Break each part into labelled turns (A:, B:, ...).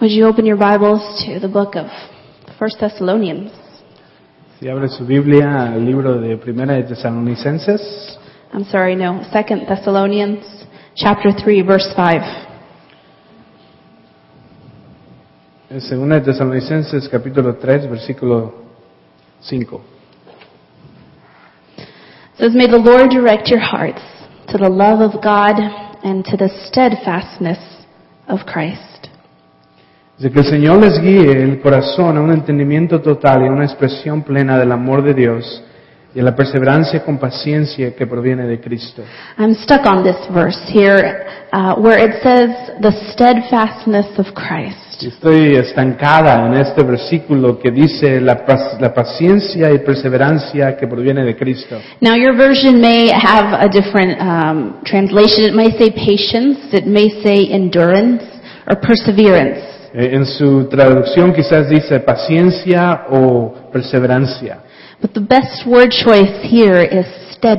A: Would you open your Bibles to the book of 1 Thessalonians?
B: Si abre su Biblia al libro de Primera de Tesalonicenses,
A: I'm sorry, no, 2 Thessalonians chapter 3 verse 5.
B: en Segunda de Tesalonicenses capítulo 3, versículo 5.
A: It says, "May the Lord direct your hearts to the love of God and to the steadfastness of Christ."
B: Dice que el Señor les guíe el corazón a un entendimiento total y a una expresión plena del amor de Dios y a la perseverancia con paciencia que proviene de Cristo.
A: I'm stuck on this verse here uh, where it says the steadfastness of Christ.
B: Y Estoy estancada en este versículo que dice la, pas- la paciencia y perseverancia que proviene de Cristo.
A: Now your version may have a different um, translation. It may say patience. It may say endurance or perseverance.
B: Eh, En su traducción quizás dice paciencia o perseverancia.
A: But the best word choice here is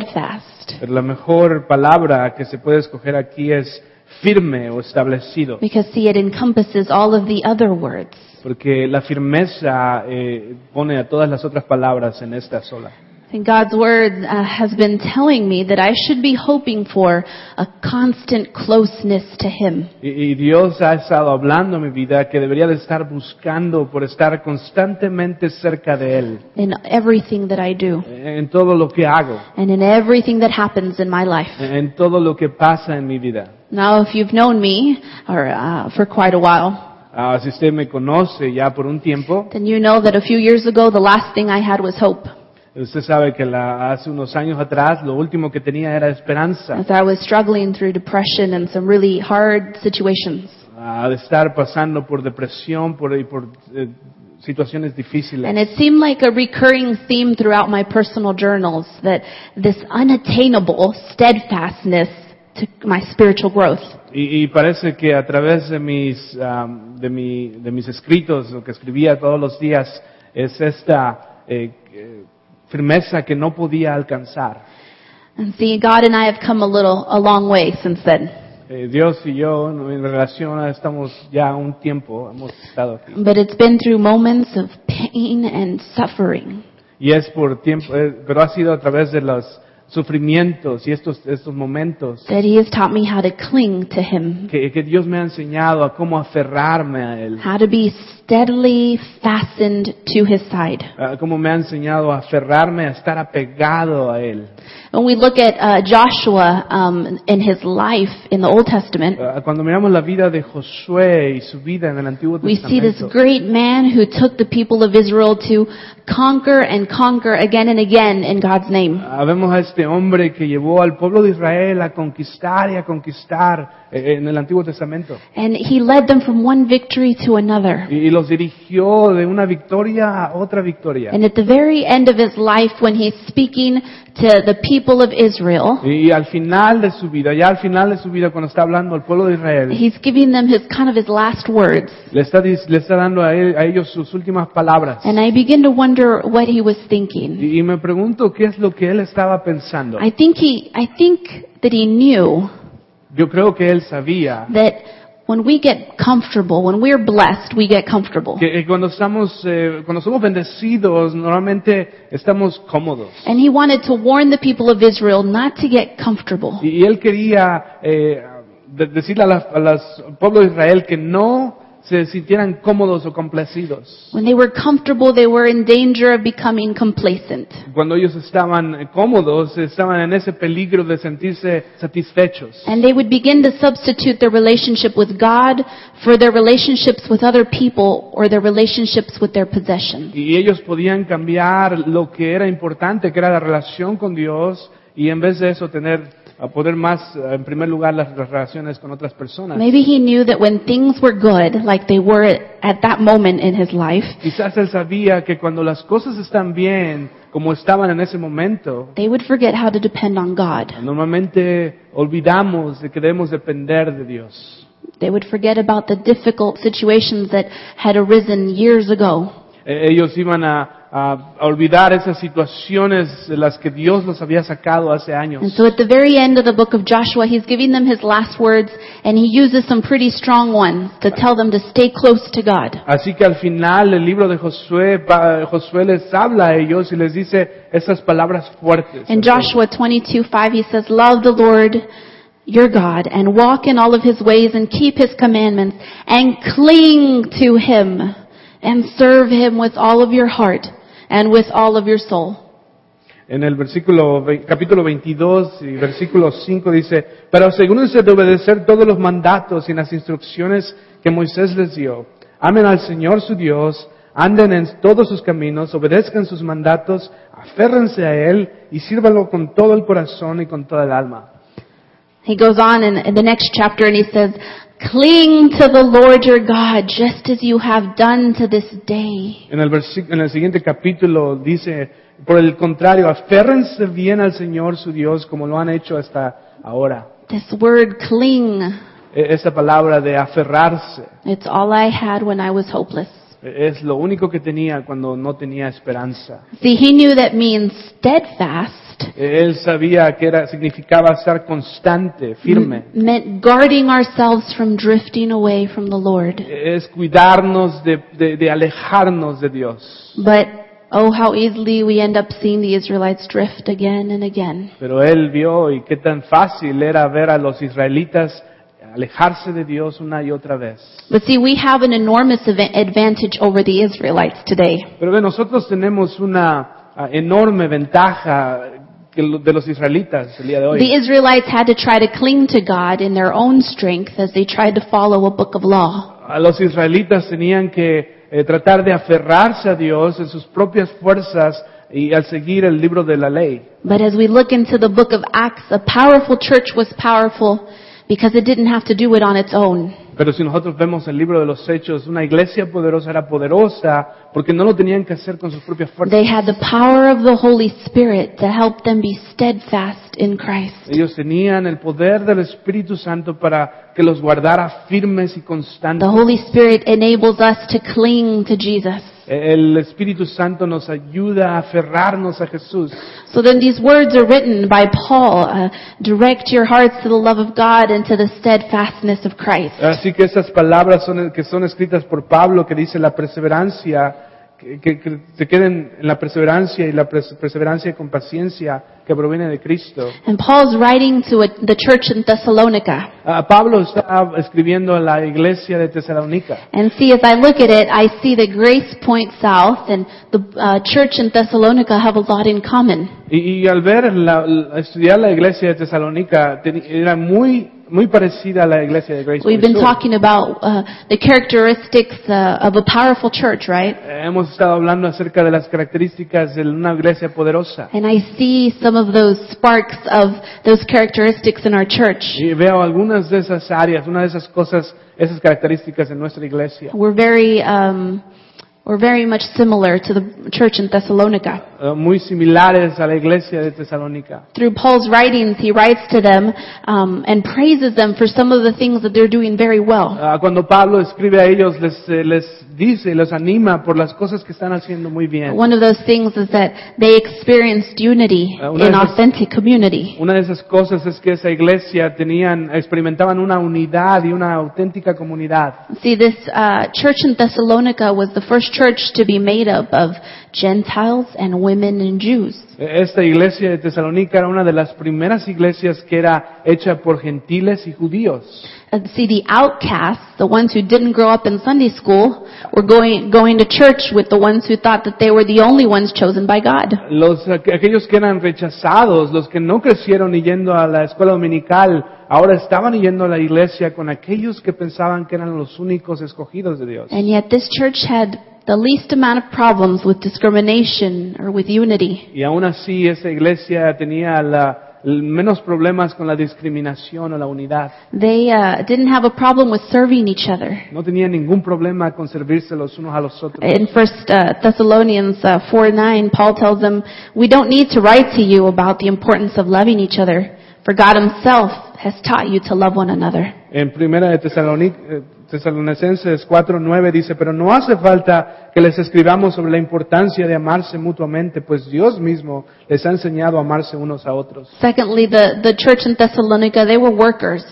A: steadfast
B: Pero la mejor palabra que se puede escoger aquí es firme o establecido,
A: because see it encompasses all of the other words.
B: porque la firmeza eh, pone a todas las otras palabras en esta sola.
A: And God's word uh, has been telling me that I should be hoping for a constant closeness to him.
B: Y, y Dios ha estado hablando en mi vida que debería de estar buscando por estar constantemente cerca de Él
A: In everything that I do
B: eh, en todo lo que hago,
A: and in everything that happens in my life.
B: eh, en todo lo que pasa en mi vida.
A: Now, if you've known me or uh, for quite a while,
B: Ah, si usted me conoce ya por un tiempo,
A: then you know that a few years ago the last thing I had was hope.
B: usted sabe que la- hace unos años atrás lo último que tenía era esperanza.
A: As I was struggling through depression and some really hard situations.
B: a Ah, estar pasando por depresión por, y por eh, situaciones
A: And
B: difíciles.
A: it seemed like a recurring theme throughout my personal journals that this unattainable steadfastness to my spiritual growth.
B: Y, y parece que a través de mis, am, de, mi- de mis escritos, lo que escribía todos los días, es esta eh, eh, firmeza que no podía alcanzar.
A: And see, God and I have come a little, a long way since then.
B: Eh, Dios y yo, en relación, a- estamos ya un tiempo, hemos estado aquí.
A: But it's been through moments of pain and suffering.
B: Y es por tiempo, eh, pero ha sido a través de los sufrimientos y estos, estos momentos
A: That He has taught me how to cling to Him.
B: que, que Dios me ha enseñado a cómo aferrarme a Él.
A: How to be steadily fastened to His side.
B: Ah, cómo me ha enseñado a aferrarme, a estar apegado a Él.
A: When we look at uh, Joshua um, in his life in the Old Testament,
B: Ah, cuando miramos la vida de Josué y su vida en el Antiguo
A: We see this
B: Testamento,
A: great man who took the people of Israel to conquer and conquer again and again in God's name.
B: ah, vemos a este hombre que llevó al pueblo de Israel a conquistar y a conquistar eh, en el Antiguo Testamento
A: And he led them from one victory to another.
B: y, y los dirigió de una victoria a otra victoria.
A: And at the very end of his life, when he's speaking to the people of Israel,
B: Y, y al final de su vida, ya al final de su vida, cuando está hablando al pueblo de Israel,
A: he's giving them his kind of his last words.
B: le está, dis- le está dando a, él- a ellos sus últimas palabras.
A: And I begin to wonder what he was thinking.
B: Y, y me pregunto qué es lo que él estaba pensando.
A: I think he, I think that he knew
B: Yo creo que él sabía
A: that when we get comfortable, when we're blessed, we get comfortable.
B: que eh, cuando estamos, eh, cuando somos bendecidos, normalmente estamos cómodos.
A: And he wanted to warn the people of Israel not to get comfortable.
B: Y, y él quería eh, de- decirle a las- a las- al pueblo de Israel que no se sintieran cómodos o complacidos.
A: When they were comfortable, they were in danger of becoming complacent.
B: Cuando ellos estaban eh, cómodos, estaban en ese peligro de sentirse satisfechos.
A: And they would begin to substitute their relationship with God for their relationships with other people or their relationships with their possessions.
B: Y ellos podían cambiar lo que era importante, que era la relación con Dios, y en vez de eso tener, a poner más, eh, en primer lugar, las, las relaciones con otras personas.
A: Maybe he knew that when things were good, like they were at that moment in his life,
B: Quizás él sabía que cuando las cosas están bien, como estaban en ese momento,
A: they would forget how to depend on God.
B: normalmente olvidamos de que debemos depender de Dios.
A: They would forget about the difficult situations that had arisen years ago.
B: Eh, E-, Ellos iban a, ah, a olvidar esas situaciones de las que Dios los había sacado hace
A: And
B: años.
A: so at the very end of the book of Joshua, he's giving them his last words, and he uses some pretty strong ones to tell them to stay close to God.
B: Así que al final el libro de Josué, va- Josué les habla a ellos y les dice esas palabras fuertes.
A: In Joshua 22:5 he says, "Love the Lord your God and walk in all of his ways and keep his commandments and cling to him and serve him with all of your heart and with all of your soul."
B: En el versículo, ve- capítulo 22 y versículo 5 dice, pero asegúrense de obedecer todos los mandatos y las instrucciones que Moisés les dio. Amen al Señor su Dios, anden en todos sus caminos, obedezcan sus mandatos, aférrense a Él y sírvanlo con todo el corazón y con toda el alma.
A: He goes on in, in the next chapter and he says, "Cling to the Lord your God just as you have done to this day."
B: En el, versi- en el siguiente capítulo dice, por el contrario, aférrense bien al Señor su Dios como lo han hecho hasta ahora.
A: This word cling,
B: E- Esa palabra de aferrarse.
A: it's all I had when I was hopeless.
B: Es lo único que tenía cuando no tenía esperanza.
A: See, he knew that means steadfast.
B: Él sabía que era, significaba ser constante, firme.
A: meant guarding ourselves from drifting away from the Lord.
B: Es cuidarnos de, de- de alejarnos de Dios.
A: But oh, how easily we end up seeing the Israelites drift again and again.
B: Pero él vio y qué tan fácil era ver a los israelitas alejarse de Dios una y otra vez.
A: But see, we have an enormous ava- advantage over the Israelites today.
B: Pero ve, nosotros tenemos una ah, enorme ventaja que lo- de los israelitas el día de hoy.
A: The Israelites had to try to cling to God in their own strength as they tried to follow a book of law.
B: A los israelitas tenían que eh, tratar de aferrarse a Dios en sus propias fuerzas y al seguir el libro de la ley.
A: But as we look into the book of Acts, a powerful church was powerful because it didn't have to do it on its own.
B: Pero si nosotros vemos el libro de los hechos, una iglesia poderosa era poderosa porque no lo tenían que hacer con sus propias fuerzas.
A: They had the power of the Holy Spirit to help them be steadfast in Christ.
B: Ellos tenían el poder del Espíritu Santo para que los guardara firmes y constantes.
A: The Holy Spirit enables us to cling to Jesus.
B: E, El Espíritu Santo nos ayuda a aferrarnos a Jesús.
A: So then these words are written by Paul, uh, direct your hearts to the love of God and to the steadfastness of Christ.
B: Así que esas palabras son, que son escritas por Pablo, que dice la perseverancia, que, que- que se queden en la perseverancia y la pres- perseverancia con paciencia que proviene de Cristo.
A: And Paul's writing to a, the church in Thessalonica.
B: Ah, Pablo está escribiendo a la iglesia de Tesalónica.
A: And see, as I look at it, I see that Grace Point South and the uh, church in Thessalonica have a lot in common.
B: Y, y al ver, la- la- estudiar la iglesia de Tesalónica, teni- era muy, muy parecida a la iglesia de Grace.
A: We've been
B: Point Sur.
A: talking about uh, the characteristics uh, of a powerful church, right?
B: Eh, Hemos estado hablando acerca de las características de una iglesia poderosa.
A: And I see some of those sparks of those characteristics in our church.
B: Y veo algunas de esas áreas, una de esas cosas, esas características en nuestra iglesia.
A: We're very, um, we're very much similar to the church in Thessalonica.
B: eh, muy similares a la iglesia de Tesalónica.
A: Through Paul's writings, he writes to them um, and praises them for some of the things that they're doing very well.
B: Ah, Cuando Pablo escribe a ellos, les, eh, les dice y los anima por las cosas que están haciendo muy bien.
A: One of those things is that they experienced unity
B: Uh, una
A: in
B: de esas-
A: authentic community.
B: Una de esas cosas es que esa iglesia tenían, experimentaban una unidad y una auténtica comunidad.
A: See, this uh, church in Thessalonica was the first church to be made up of Gentiles and women and Jews.
B: Eh, Esta iglesia de Tesalónica era una de las primeras iglesias que era hecha por gentiles y judíos.
A: And see, the outcasts, the ones who didn't grow up in Sunday school, were going, going to church with the ones who thought that they were the only ones chosen by God.
B: Los, aqu- aquellos que eran rechazados, los que no crecieron y yendo a la escuela dominical, ahora estaban yendo a la iglesia con aquellos que pensaban que eran los únicos escogidos de Dios.
A: And yet this church had the least amount of problems with discrimination or with unity.
B: Y aún así esa iglesia tenía la- l- menos problemas con la discriminación o la unidad.
A: They uh, didn't have a problem with serving each other.
B: No tenía ningún problema con servirse los unos a los otros.
A: In First uh, Thessalonians uh, 4 9, Paul tells them, We don't need to write to you about the importance of loving each other, for God Himself has taught you to love one another.
B: En primera de Tesalonic- eh, Tesalonicenses 4:9 dice, pero no hace falta que les escribamos sobre la importancia de amarse mutuamente, pues Dios mismo les ha enseñado a amarse unos a otros.
A: Secondly, the, the church in Thessalonica, they were workers.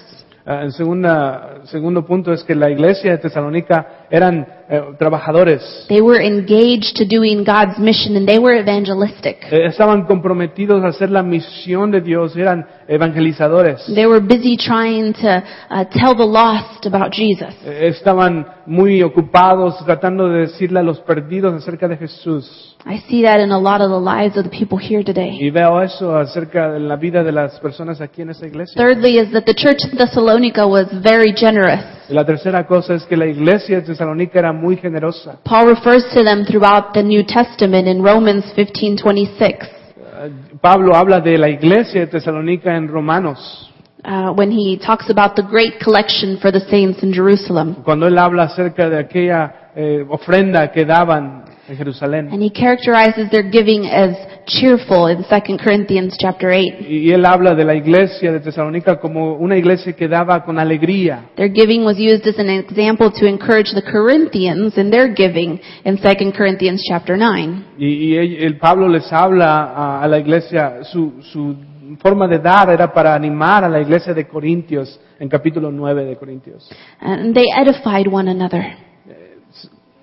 B: Ah, el segunda- segundo punto es que la iglesia de Tesalónica eran eh, trabajadores.
A: They were engaged to doing God's mission and they were evangelistic.
B: Eh, estaban comprometidos a hacer la misión de Dios, eran evangelizadores.
A: They were busy trying to uh, tell the lost about Jesus.
B: Eh, estaban muy ocupados tratando de decirle a los perdidos acerca de Jesús.
A: I see that in a lot of the lives of the people here today.
B: Y veo eso acerca de la vida de las personas aquí en esa iglesia.
A: Thirdly, is that the church in Thessalonica was very generous.
B: Y La tercera cosa es que la iglesia de Tesalónica era muy generosa.
A: Paul refers to them throughout the New Testament in Romans 15:26
B: Eh, Pablo habla de la iglesia de Tesalónica en Romanos,
A: uh, when he talks about the great collection for the saints in Jerusalem,
B: cuando él habla acerca de aquella eh, ofrenda que daban en Jerusalén.
A: and he characterizes their giving as cheerful in 2 Corinthians chapter 8.
B: Y y él habla de la iglesia de Tesalónica como una iglesia que daba con alegría.
A: Their giving was used as an example to encourage the Corinthians in their giving in 2 Corinthians chapter 9.
B: Y, y el el Pablo les habla a, a la iglesia, su, su forma de dar era para animar a la iglesia de Corintios, en capítulo 9 de Corintios.
A: And they edified one another.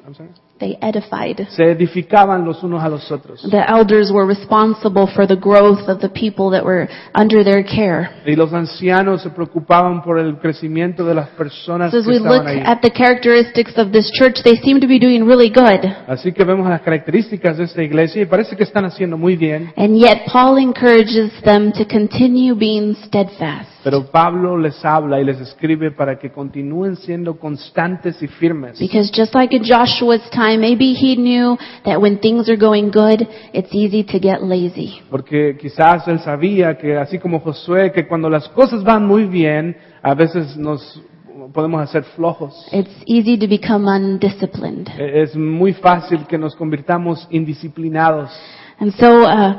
B: I'm sorry.
A: They edified.
B: Se edificaban los unos a los otros.
A: The elders were responsible for the growth of the people that were under their care.
B: Y los ancianos se preocupaban por el crecimiento de las personas
A: So as
B: que
A: we look
B: estaban ahí.
A: at the characteristics of this church, they seem to be doing really good.
B: Así que vemos las características de esta iglesia y parece que están haciendo muy bien,
A: And yet Paul encourages them to continue being steadfast.
B: pero Pablo les habla y les escribe para que continúen siendo constantes y firmes.
A: Because just like in Joshua's time, maybe he knew that when things are going good, it's easy to get lazy.
B: Porque quizás él sabía que, así como Josué, que cuando las cosas van muy bien, a veces nos podemos hacer flojos.
A: It's easy to become undisciplined.
B: E- Es muy fácil que nos convirtamos indisciplinados.
A: And so, uh,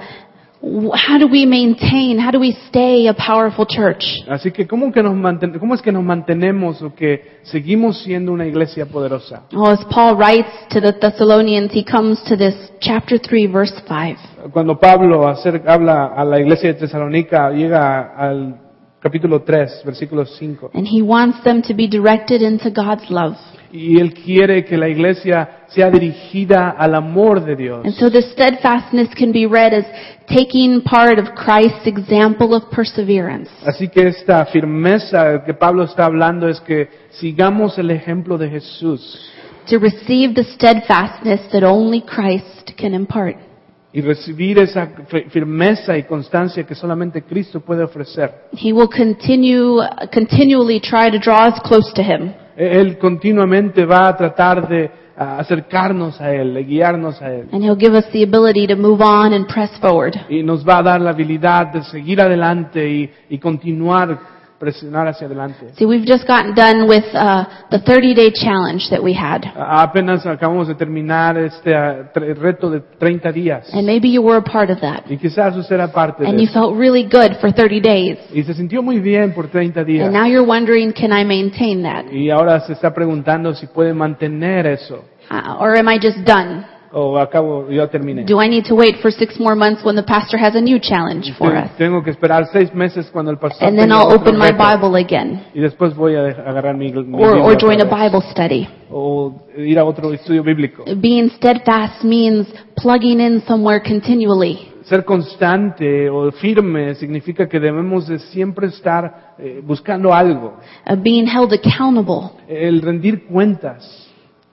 A: w- how do we maintain, how do we stay a powerful church?
B: Así que, ¿cómo, que nos manten- ¿cómo es que nos mantenemos o que seguimos siendo una iglesia poderosa?
A: Well, as Paul writes to the Thessalonians, he comes to this chapter 3 verse 5.
B: Cuando Pablo acer- habla a la iglesia de Tesalónica, llega al capítulo 3, versículo 5.
A: And he wants them to be directed into God's love.
B: Y él quiere que la iglesia sea dirigida al amor de Dios.
A: And so this steadfastness can be read as taking part of Christ's example of perseverance.
B: Así que esta firmeza que Pablo está hablando es que sigamos el ejemplo de Jesús
A: To receive the steadfastness that only Christ can impart.
B: y recibir esa fi- firmeza y constancia que solamente Cristo puede ofrecer.
A: He will continue, continually try to draw us close to Him.
B: E- Él continuamente va a tratar de ah, acercarnos a Él, de guiarnos a Él.
A: And He'll give us the ability to move on and press forward.
B: Y nos va a dar la habilidad de seguir adelante y, y continuar, presionar hacia adelante.
A: See, we've just gotten done with uh, the 30-day challenge that we had.
B: A- Apenas acabamos de terminar este ah, tre- reto de 30 días.
A: And maybe you were a part of that.
B: Y quizás usted era parte de
A: And you
B: eso.
A: felt really good for 30 days.
B: Y se sintió muy bien por 30 días.
A: And now you're wondering, can I maintain that?
B: Y ahora se está preguntando si puede mantener eso.
A: Uh, or am I just done?
B: O acabo, yo terminé.
A: Do I need to wait for six more months when the pastor has a new challenge for
B: Te-
A: us?
B: Tengo que esperar seis meses cuando el pastor.
A: And then
B: tenga
A: I'll
B: otro
A: open my
B: reto.
A: Bible again.
B: Y después voy a dej- agarrar mi, mi
A: Or,
B: Biblia
A: or
B: otra
A: join a
B: vez.
A: Bible Eh. study.
B: O ir a otro estudio bíblico.
A: Being steadfast means plugging in somewhere continually.
B: Ser constante o firme significa que debemos de siempre estar eh, buscando algo.
A: Uh, being held accountable.
B: El rendir cuentas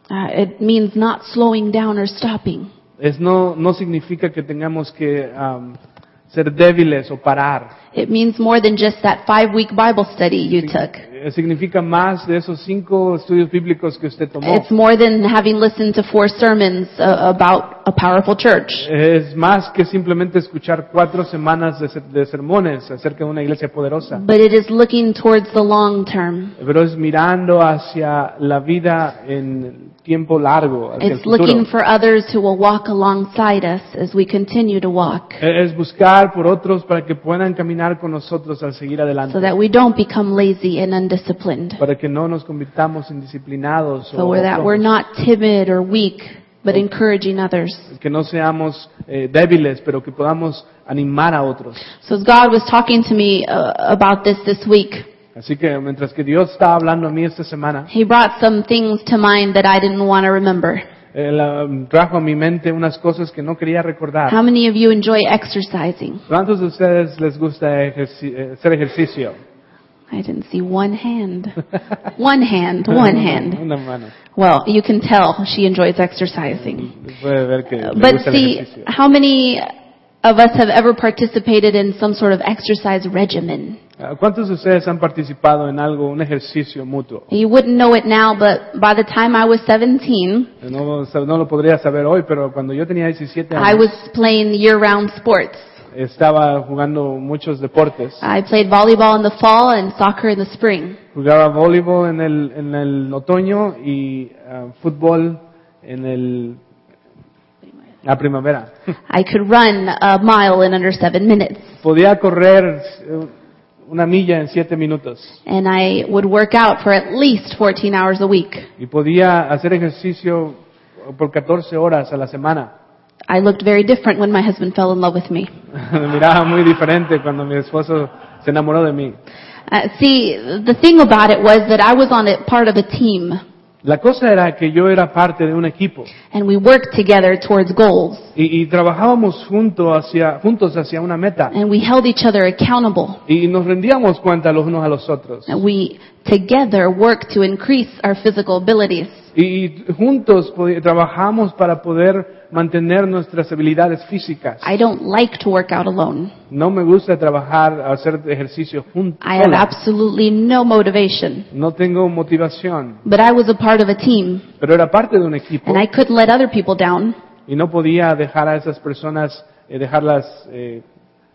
A: Uh, it means not slowing down or stopping.
B: es no, no significa que tengamos que am, ser débiles o parar.
A: It means more than just that five week Bible study you took.
B: Eh, Significa más de esos cinco estudios bíblicos que usted tomó.
A: It's more than having listened to four sermons uh, about a powerful church.
B: Es más que simplemente escuchar cuatro semanas de, ser- de sermones acerca de una iglesia poderosa,
A: But it is looking towards the long term.
B: pero es mirando hacia la vida en tiempo largo, hacia el
A: It's
B: futuro.
A: looking for others who will walk alongside us as we continue to walk
B: Eh, Es buscar por otros para que puedan caminar con nosotros al seguir
A: so
B: adelante,
A: that we don't become lazy and disciplined.
B: para que no nos convirtamos en disciplinados
A: So
B: o
A: we're that we're
B: flojos.
A: not timid or weak, but encouraging others.
B: que no seamos eh, débiles, pero que podamos animar a otros.
A: So as God was talking to me uh, about this this week,
B: Así que mientras que Dios está hablando a mí esta semana,
A: He brought some things to mind that I didn't want to remember.
B: Él ah, trajo a mi mente unas cosas que no quería recordar.
A: How many of you enjoy exercising?
B: ¿Cuántos de ustedes les gusta ejerci- eh, hacer ejercicio?
A: I didn't see one hand. One hand, one hand.
B: Una mano.
A: Well, you can tell she enjoys exercising.
B: Puede ver que le
A: Uh, But
B: gusta el
A: see,
B: ejercicio.
A: how many of us have ever participated in some sort of exercise regimen?
B: Ah, ¿Cuántos de ustedes han participado en algo, un ejercicio mutuo?
A: You wouldn't know it now, but by the time I was 17,
B: No, no lo podría saber hoy, pero cuando yo tenía 17
A: I
B: años,
A: was playing year-round sports.
B: estaba jugando muchos deportes.
A: I played volleyball in the fall and soccer in the spring.
B: Jugaba voleibol en el, en el otoño y ah, fútbol en el, la primavera.
A: I could run a mile in under seven minutes.
B: Podía correr eh, una milla en siete minutos
A: And I would work out for at least 14 hours a week.
B: y podía hacer ejercicio por 14 horas a la semana.
A: I looked very different when my husband fell in love with me.
B: Me miraba muy diferente cuando mi esposo se enamoró de mí.
A: Uh, see, the thing about it was that I was on a part of a team,
B: La cosa era que yo era parte de un equipo
A: and we worked together towards goals,
B: y, y trabajábamos junto hacia, juntos hacia una meta
A: and we held each other accountable.
B: y nos rendíamos cuenta los unos a los otros.
A: And we together worked to increase our physical abilities.
B: Y juntos podi- trabajamos para poder mantener nuestras habilidades físicas.
A: I don't like to work out alone.
B: No me gusta trabajar, hacer ejercicio juntos.
A: I have absolutely no motivation.
B: No tengo motivación,
A: But I was a part of a team,
B: pero era parte de un equipo
A: and I couldn't let other people down.
B: y no podía dejar a esas personas, eh, dejarlas, eh,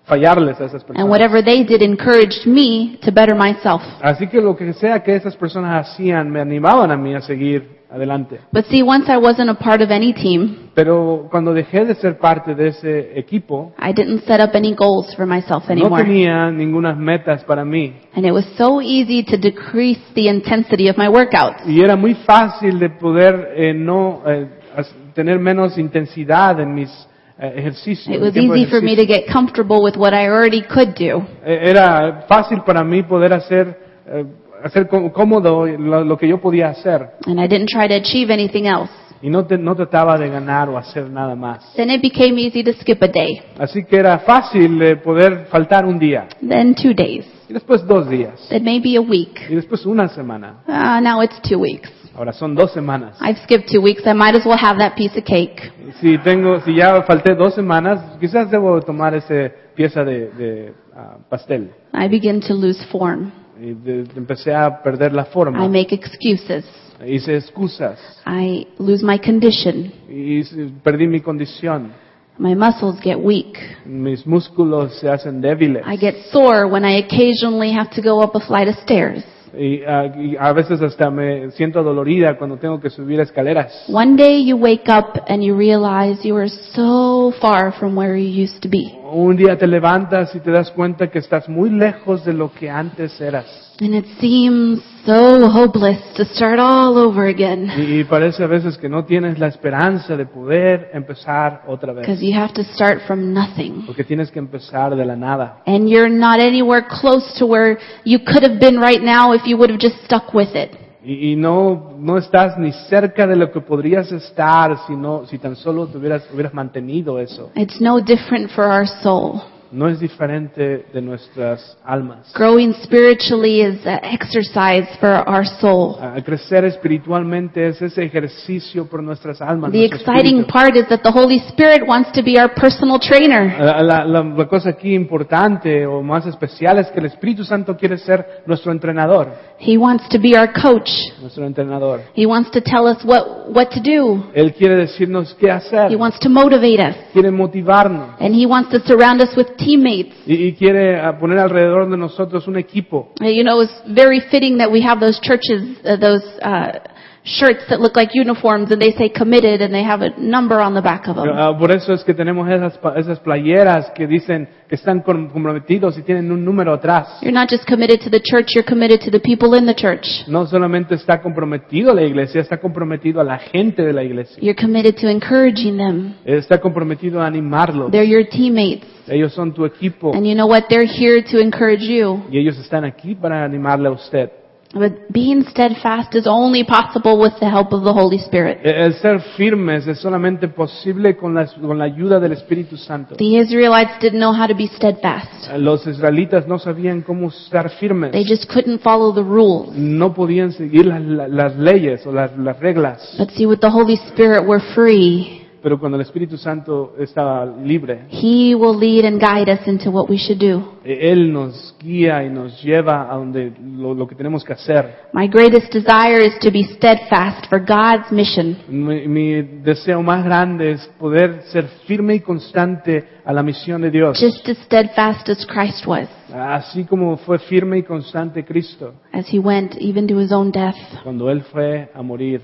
B: fallarles a esas
A: And
B: personas.
A: whatever they did encouraged me to better myself.
B: Así que lo que sea que esas personas hacían me animaban a mí a seguir adelante.
A: But see, once I wasn't a part of any team,
B: Pero cuando dejé de ser parte de ese equipo,
A: I didn't set up any goals for myself
B: no
A: anymore.
B: tenía ninguna metas para mí.
A: And it was so easy to decrease the intensity of my workouts.
B: Y era muy fácil de poder eh, no eh, as- tener menos intensidad en mis eh, ejercicios.
A: It
B: en
A: was
B: mi tiempo de
A: easy for me to
B: ejercicio.
A: get comfortable with what I already could do.
B: Eh, Era fácil para mí poder hacer, eh, hacer có- cómodo lo, lo que yo podía hacer
A: And I didn't try to achieve anything else.
B: y no, te- no trataba de ganar o hacer nada más.
A: Then it became easy to skip a day,
B: Así que era fácil eh, poder faltar un día
A: then two days,
B: y después dos días
A: then maybe a week.
B: y después una semana.
A: Ah, now it's two weeks.
B: Ahora son dos semanas.
A: I've skipped two weeks. I might as well have that piece of cake.
B: Si tengo, si ya falté dos semanas, quizás debo tomar esa pieza de, de, ah, pastel.
A: I begin to lose form.
B: Y de- empecé a perder la forma.
A: I make excuses.
B: Hice excusas.
A: I lose my condition.
B: Y hice- perdí mi condición.
A: My muscles get weak.
B: Mis músculos se hacen débiles.
A: I get sore when I occasionally have to go up a flight of stairs.
B: Y, ah, y a veces hasta me siento adolorida cuando tengo que subir escaleras.
A: One day you wake up and you realize you are so far from where you used to be.
B: Un día te levantas y te das cuenta que estás muy lejos de lo que antes eras.
A: And it seems so hopeless to start all over again.
B: Y, y parece a veces que no tienes la esperanza de poder empezar otra vez.
A: Because you have to start from nothing.
B: Porque tienes que empezar de la nada.
A: And you're not anywhere close to where you could have been right now if you would have just stuck with it.
B: Y, y no, no estás ni cerca de lo que podrías estar si, no, si tan solo te hubieras, hubieras mantenido eso.
A: It's no different for our soul.
B: No es diferente de nuestras almas.
A: Growing spiritually is an exercise for our soul.
B: A- a crecer espiritualmente es ese ejercicio por nuestras almas.
A: The
B: nuestro
A: exciting
B: espíritu.
A: part is that the Holy Spirit wants to be our personal trainer.
B: La, la- la- la cosa aquí importante o más especial es que el Espíritu Santo quiere ser nuestro entrenador,
A: He wants to be our coach.
B: nuestro entrenador.
A: He wants to tell us what, what to do.
B: Él quiere decirnos qué hacer,
A: He wants to motivate us.
B: quiere motivarnos
A: And he wants to surround us with teammates.
B: y, y quiere ah, poner alrededor de nosotros un equipo
A: Uh, You know, it's very fitting that we have those churches, uh, those uh, shirts that look like uniforms and they say committed and they have a number on the back of them.
B: Ah, por eso es que tenemos esas, pa- esas playeras que dicen que están com- comprometidos y tienen un número atrás.
A: You're not just committed to the church, you're committed to the people in the church.
B: No solamente está comprometido la iglesia, está comprometido a la gente de la iglesia.
A: You're committed to encouraging them.
B: Está comprometido a animarlos.
A: They're your teammates.
B: Ellos son tu equipo
A: And you know what? They're here to encourage you.
B: y ellos están aquí para animarle a usted.
A: But being steadfast is only possible with the help of the Holy Spirit.
B: E, El el ser firmes es solamente posible con la, con la ayuda del Espíritu Santo.
A: The Israelites didn't know how to be steadfast.
B: Los israelitas no sabían cómo estar
A: They
B: firmes.
A: just couldn't follow the rules.
B: No podían seguir las, las- las leyes o las, las reglas.
A: But see, with the Holy Spirit, we're free.
B: Pero cuando el Espíritu Santo estaba libre,
A: He will lead and guide us into what we should do.
B: eh, Él nos guía y nos lleva a donde lo, lo que tenemos que hacer.
A: My greatest desire is to be steadfast for God's mission.
B: Mi, mi deseo más grande es poder ser firme y constante a la misión de Dios.
A: Just as steadfast as Christ was,
B: Así como fue firme y constante Cristo
A: as he went even to his own death.
B: cuando Él fue a morir.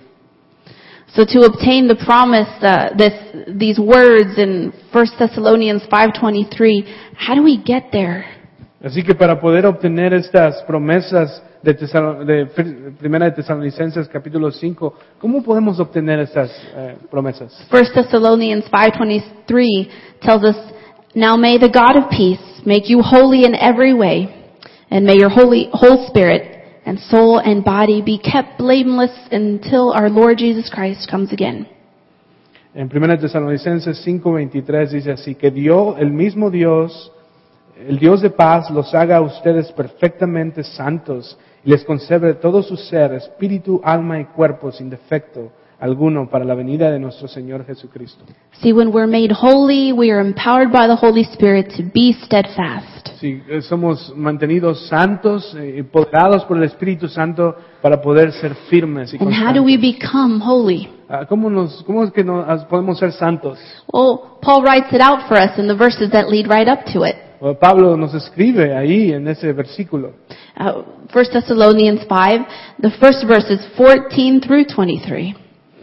A: So to obtain the promise, uh, this, these words in 1 Thessalonians 5.23, how do we get there?
B: Así que para poder obtener estas promesas de, Tesalo- de Fir- Primera de Tesalonicenses capítulo 5, ¿cómo podemos obtener estas eh, promesas?
A: 1 Thessalonians 5.23 tells us, Now may the God of peace make you holy in every way, and may your holy, whole spirit and soul and body be kept blameless until our Lord Jesus Christ comes again.
B: En Primera de Tesalonicenses 5:23 dice así que Dios, el mismo Dios, el Dios de paz los haga a ustedes perfectamente santos y les conserve todo su ser, espíritu, alma y cuerpo sin defecto alguno para la venida de nuestro Señor Jesucristo.
A: See, when we're made holy, we are empowered by the Holy Spirit to be steadfast.
B: Si eh, somos mantenidos santos, eh, empoderados por el Espíritu Santo para poder ser firmes y
A: And how do we
B: constantes.
A: become holy?
B: Ah, ¿Cómo, nos, cómo es que nos, podemos ser santos?
A: Well, Paul writes it out for us in the verses that lead right up to it.
B: Eh, Pablo nos escribe ahí en ese versículo.
A: Uh, 1 Thessalonians 5, the first verse is 14 through 23.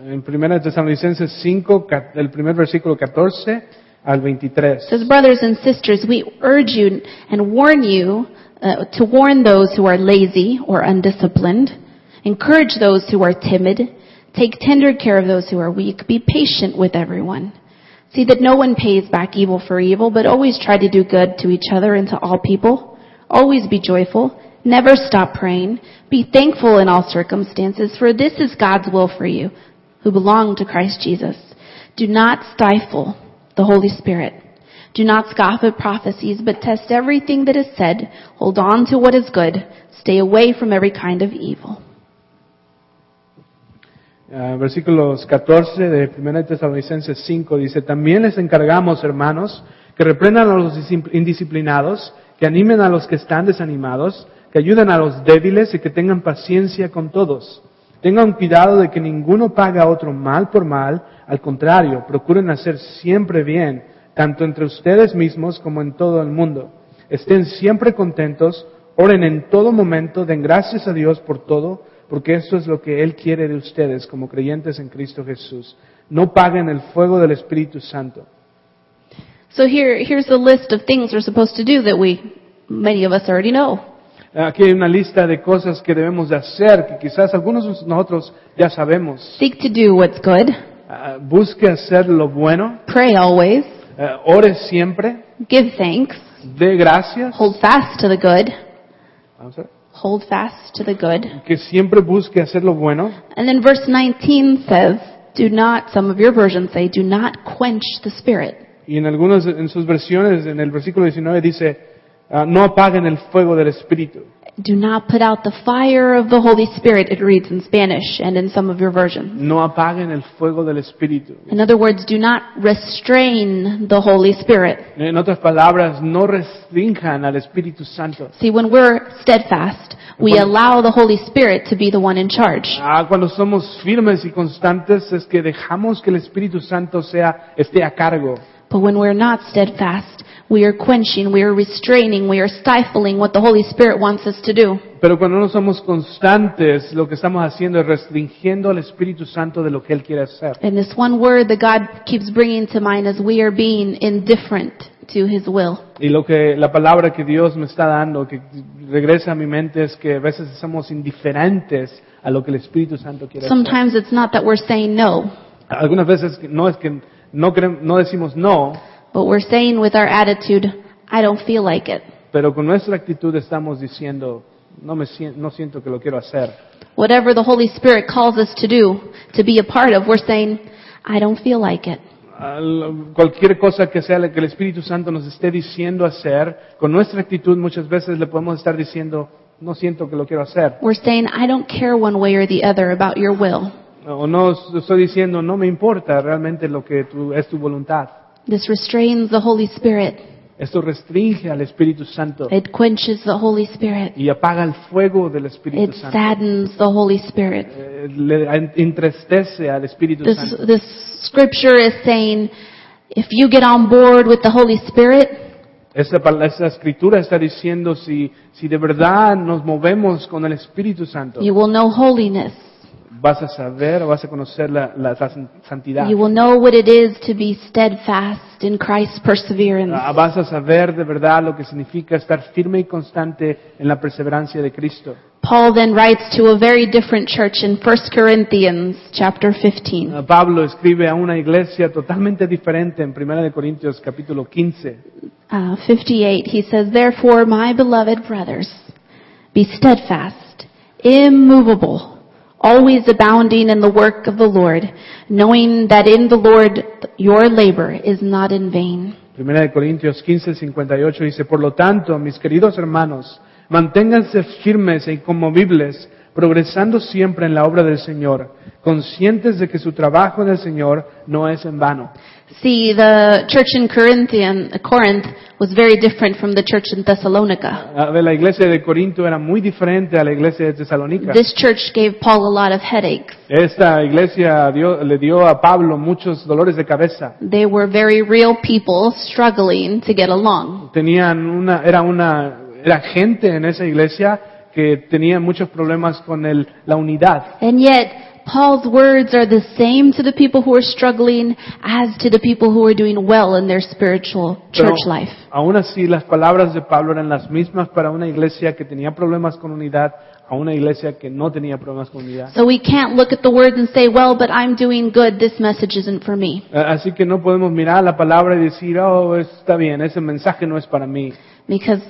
B: En 1 Tesalonicenses 5, ca- el primer versículo 14 al
A: It
B: 23.
A: says, Brothers and sisters, we urge you and warn you uh, to warn those who are lazy or undisciplined. Encourage those who are timid. Take tender care of those who are weak. Be patient with everyone. See that no one pays back evil for evil, but always try to do good to each other and to all people. Always be joyful. Never stop praying. Be thankful in all circumstances, for this is God's will for you, who belong to Christ Jesus. Do not stifle the Holy Spirit. Do not scoff at prophecies, but test everything that is said. Hold on to what is good. Stay away from every kind of evil.
B: Ah, versículos 14 de 1 Tesalonicenses 5 dice, también les encargamos, hermanos, que reprendan a los disim- indisciplinados, que animen a los que están desanimados, que ayuden a los débiles y que tengan paciencia con todos. Tengan cuidado de que ninguno paga a otro mal por mal, al contrario, procuren hacer siempre bien, tanto entre ustedes mismos como en todo el mundo. Estén siempre contentos, oren en todo momento, den gracias a Dios por todo, porque esto es lo que Él quiere de ustedes como creyentes en Cristo Jesús. No paguen el fuego del Espíritu Santo.
A: So here, here's a list of things we're supposed to do that we, many of us already know.
B: Eh, Aquí hay una lista de cosas que debemos de hacer, que quizás algunos de nosotros ya sabemos.
A: Seek to do what's good.
B: Ah, Busque hacer lo bueno,
A: Pray always.
B: ah, ore siempre,
A: Give thanks.
B: dé gracias,
A: Hold fast to the good.
B: Vamos a ver.
A: Hold fast to the good.
B: que siempre busque hacer lo bueno.
A: And then verse 19 says, do not, some of your versions say, do not quench the spirit.
B: Y en algunas en sus versiones, en el versículo 19 dice, ah, no apaguen el fuego del Espíritu.
A: Do not put out the fire of the Holy Spirit, it reads in Spanish and in some of your versions.
B: No apaguen el fuego del Espíritu.
A: In other words, do not restrain the Holy Spirit.
B: En otras palabras, no restrinjan al Espíritu Santo.
A: See, when we're steadfast, we allow the Holy Spirit to be the one in charge.
B: Ah, cuando somos firmes y constantes es que dejamos que el Espíritu Santo sea, esté a cargo.
A: But when we're not steadfast, we are quenching, we are restraining, we are stifling what the Holy Spirit wants us to do.
B: Pero cuando no somos constantes, lo que estamos haciendo es restringiendo al Espíritu Santo de lo que Él quiere hacer.
A: And this one word that God keeps bringing to mind is we are being indifferent to His will.
B: Y lo que la palabra que Dios me está dando, que regresa a mi mente, es que a veces somos indiferentes a lo que el Espíritu Santo quiere hacer.
A: Sometimes it's not that we're saying no,
B: Algunas veces no es que no, creem- no decimos no,
A: but we're saying with our attitude, I don't feel like it.
B: pero con nuestra actitud estamos diciendo, no, me sien- no siento que lo quiero hacer.
A: Whatever the Holy Spirit calls us to do, to be a part of, we're saying, I don't feel like it.
B: Al- Cualquier cosa que sea la que el Espíritu Santo nos esté diciendo hacer, con nuestra actitud muchas veces le podemos estar diciendo, no siento que lo quiero hacer.
A: We're saying, I don't care one way or the other about your will.
B: O no estoy diciendo, no me importa realmente lo que tu- es tu voluntad.
A: This restrains the Holy Spirit.
B: Esto restringe al Espíritu Santo
A: It quenches the Holy Spirit.
B: y apaga el fuego del
A: It
B: Espíritu Santo.
A: saddens the Holy Spirit.
B: Eh, Le en- entristece al Espíritu
A: This,
B: Santo.
A: this scripture is saying, if you get on board with the Holy Spirit,
B: Esta, pal- esta escritura está diciendo si, si de verdad nos movemos con el Espíritu Santo,
A: you will know holiness.
B: vas a saber o vas a conocer la, la san- santidad.
A: You will know what it is to be steadfast in Christ's perseverance.
B: Ah, Vas a saber de verdad lo que significa estar firme y constante en la perseverancia de Cristo.
A: Paul then writes to a very different church in 1 Corinthians chapter 15.
B: Ah, Pablo escribe a una iglesia totalmente diferente en 1 de Corintios capítulo 15.
A: Uh, 58, he says, Therefore, my beloved brothers, be steadfast, immovable, always abounding in the work of the Lord, knowing that in the Lord your labor is not in vain.
B: Primera de Corintios 15, 58 dice, por lo tanto, mis queridos hermanos, manténganse firmes e inconmovibles, progresando siempre en la obra del Señor, conscientes de que su trabajo en el Señor no es en vano.
A: See, the church in Corinthian, Corinth was very different from the church in Thessalonica.
B: A ver, la iglesia de Corinto era muy diferente a la iglesia de Tesalónica.
A: This church gave Paul a lot of headaches.
B: Esta iglesia dio- le dio a Pablo muchos dolores de cabeza.
A: They were very real people struggling to get along.
B: Tenían una, era una, era gente en esa iglesia que tenía muchos problemas con el- la unidad.
A: And yet, Paul's words are the same to the people who are struggling as to the people who are doing well in their spiritual
B: Pero
A: church life.
B: Aún así, las palabras de Pablo eran las mismas para una iglesia que tenía problemas con unidad a una iglesia que no tenía problemas con unidad.
A: So we can't look at the words and say, well, but I'm doing good, this message isn't for me.
B: A- Eh, Así que no podemos mirar la palabra y decir, oh, está bien, ese mensaje no es para mí.
A: Because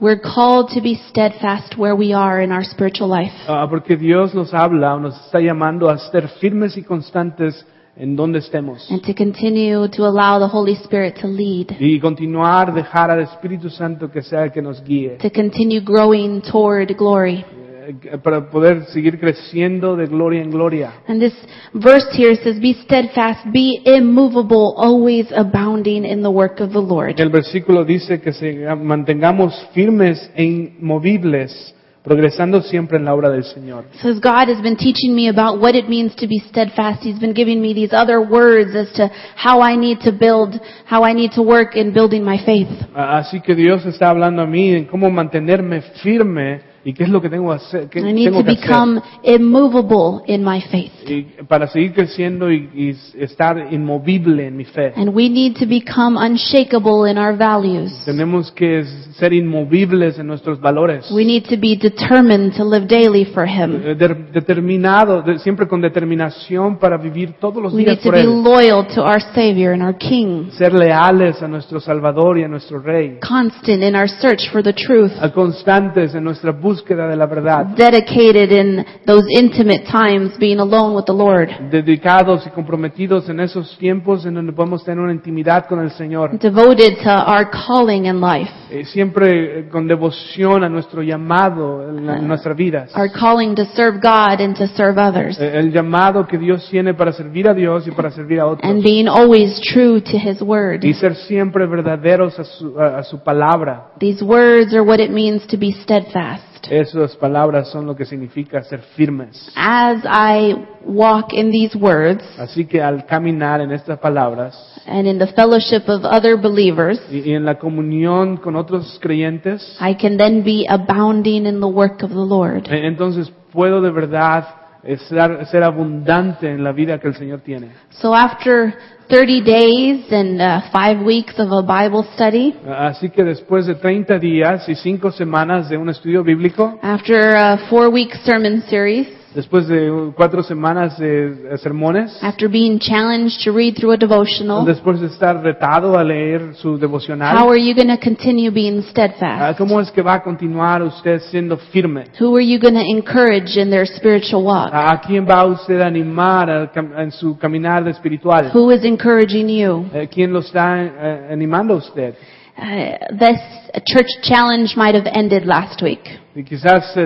A: we're called to be steadfast where we are in our spiritual life.
B: Ah, porque Dios nos habla, nos está llamando a ser firmes y constantes en donde estemos.
A: And to continue to allow the Holy Spirit to lead.
B: Y continuar, dejar al Espíritu Santo que sea el que nos guíe.
A: To continue growing toward glory.
B: eh, Para poder seguir creciendo de gloria en gloria.
A: And this verse here says, be steadfast, be immovable, always abounding in the work of the Lord.
B: El versículo dice que se mantengamos firmes e inmovibles, progresando siempre en la obra del Señor.
A: Says God has been teaching me about what it means to be steadfast. He's been giving me these other words as to how I need to build, how I need to work in building my faith.
B: A- Así que Dios está hablando a mí en cómo mantenerme firme y qué es lo que tengo, que hacer, qué
A: I need
B: tengo
A: to
B: que hacer
A: become immovable in my faith.
B: y para seguir creciendo y, y estar inmovible en mi fe.
A: And we need to become unshakable in our values.
B: Tenemos que ser inmovibles en nuestros valores.
A: We need to be determined to live daily for Him.
B: Eh, de- determinado, de- siempre con determinación para vivir todos los
A: We
B: días
A: need to
B: por
A: be
B: Él.
A: loyal to our Savior and our King.
B: Ser leales a nuestro Salvador y a nuestro Rey.
A: Constant in our search for the truth.
B: a constantes en nuestra búsqueda de la verdad,
A: Dedicated in those intimate times being alone with the Lord.
B: dedicados y comprometidos en esos tiempos en donde podemos tener una intimidad con el Señor,
A: devoted to our calling in life,
B: eh, siempre eh, con devoción a nuestro llamado en, la- en nuestras vidas,
A: our calling to serve God and to serve others,
B: Eh, el llamado que Dios tiene para servir a Dios y para servir a
A: and
B: otros,
A: being always true to His Word.
B: y ser siempre verdaderos a su, a- a su palabra.
A: These words are what it means to be steadfast.
B: Esas palabras son lo que significa ser firmes.
A: As I walk in these words
B: Así que al caminar en estas palabras
A: and in the fellowship of other believers,
B: y, y en la comunión con otros creyentes,
A: I can then be abounding in the work of the Lord.
B: e- entonces puedo de verdad eh, ser, ser abundante en la vida que el Señor tiene.
A: So after 30 days and uh, five weeks of a Bible study,
B: Así que después de 30 días y 5 semanas de un estudio bíblico,
A: after a four-week sermon series,
B: después de 4 semanas de eh, sermones,
A: after being challenged to read through a devotional,
B: después de estar retado a leer su
A: how
B: devocional,
A: are you going to continue being
B: ah,
A: steadfast?
B: ¿cómo es que va a continuar usted siendo firme? Ah,
A: Who are you going to encourage in their spiritual walk?
B: ¿A a quién va usted a animar a cam- en su caminar espiritual?
A: Who is encouraging you?
B: Eh, ¿Quién lo está eh, animando a usted?
A: Uh, this church challenge might have ended last week,
B: Y quizás el,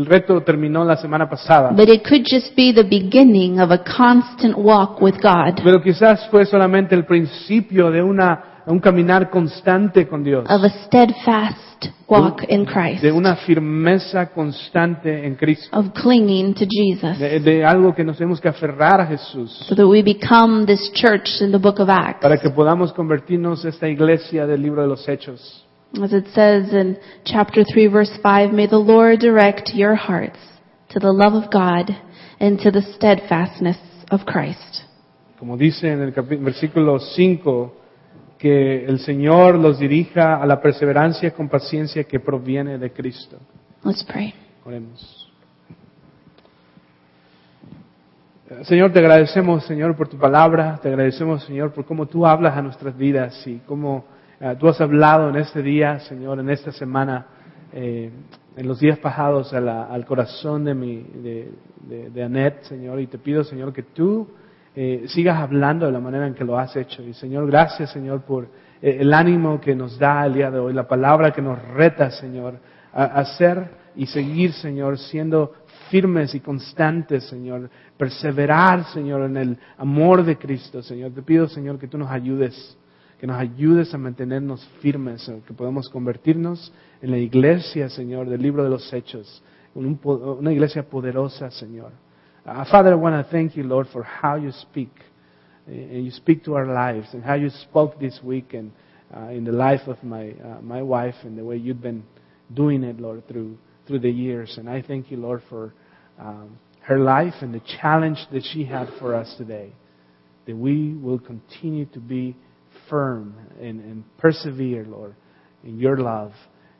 B: el reto terminó la semana pasada,
A: but it could just be the beginning of a constant walk with God,
B: pero quizás fue solamente el principio de una, un caminar constante con Dios,
A: of a steadfast walk in Christ,
B: de una firmeza constante en Cristo,
A: of clinging to Jesus,
B: de, de algo que nos tenemos que aferrar a Jesús
A: so that we become this church in the book of Acts.
B: para que podamos convertirnos en esta iglesia del libro de los Hechos.
A: As it says in chapter 3 verse 5, may the Lord direct your hearts to the love of God and to the steadfastness of Christ.
B: Como dice en el capi- versículo 5, que el Señor los dirija a la perseverancia con paciencia que proviene de Cristo.
A: Let's pray.
B: Oremos. Eh, Señor, te agradecemos, Señor, por tu palabra, te agradecemos, Señor, por cómo tú hablas a nuestras vidas y cómo eh, tú has hablado en este día, Señor, en esta semana, eh, en los días pasados a la- al corazón de, mi, de, de, de Annette, Señor, y te pido, Señor, que tú eh, sigas hablando de la manera en que lo has hecho. Y, Señor, gracias, Señor, por eh, el ánimo que nos da el día de hoy, la palabra que nos reta, Señor, a, a ser y seguir, Señor, siendo firmes y constantes, Señor, perseverar, Señor, en el amor de Cristo, Señor. Te pido, Señor, que tú nos ayudes, que nos ayudes a mantenernos firmes, Señor, que podamos convertirnos en la iglesia, Señor, del libro de los hechos, en un po- una iglesia poderosa, Señor. Uh, Father, I want to thank you, Lord, for how you speak. and you speak to our lives and how you spoke this week and uh, in the life of my uh, my wife and the way you've been doing it, Lord, through through the years. And I thank you, Lord, for um, her life and the challenge that she had for us today. That we will continue to be firm and, and persevere, Lord, in your love.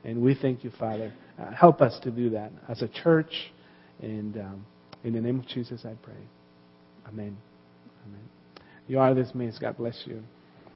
B: And we thank you, Father. Uh, help us to do that as a church. And um, in the name of Jesus, I pray. Amen. Amen. You are dismissed. God bless you.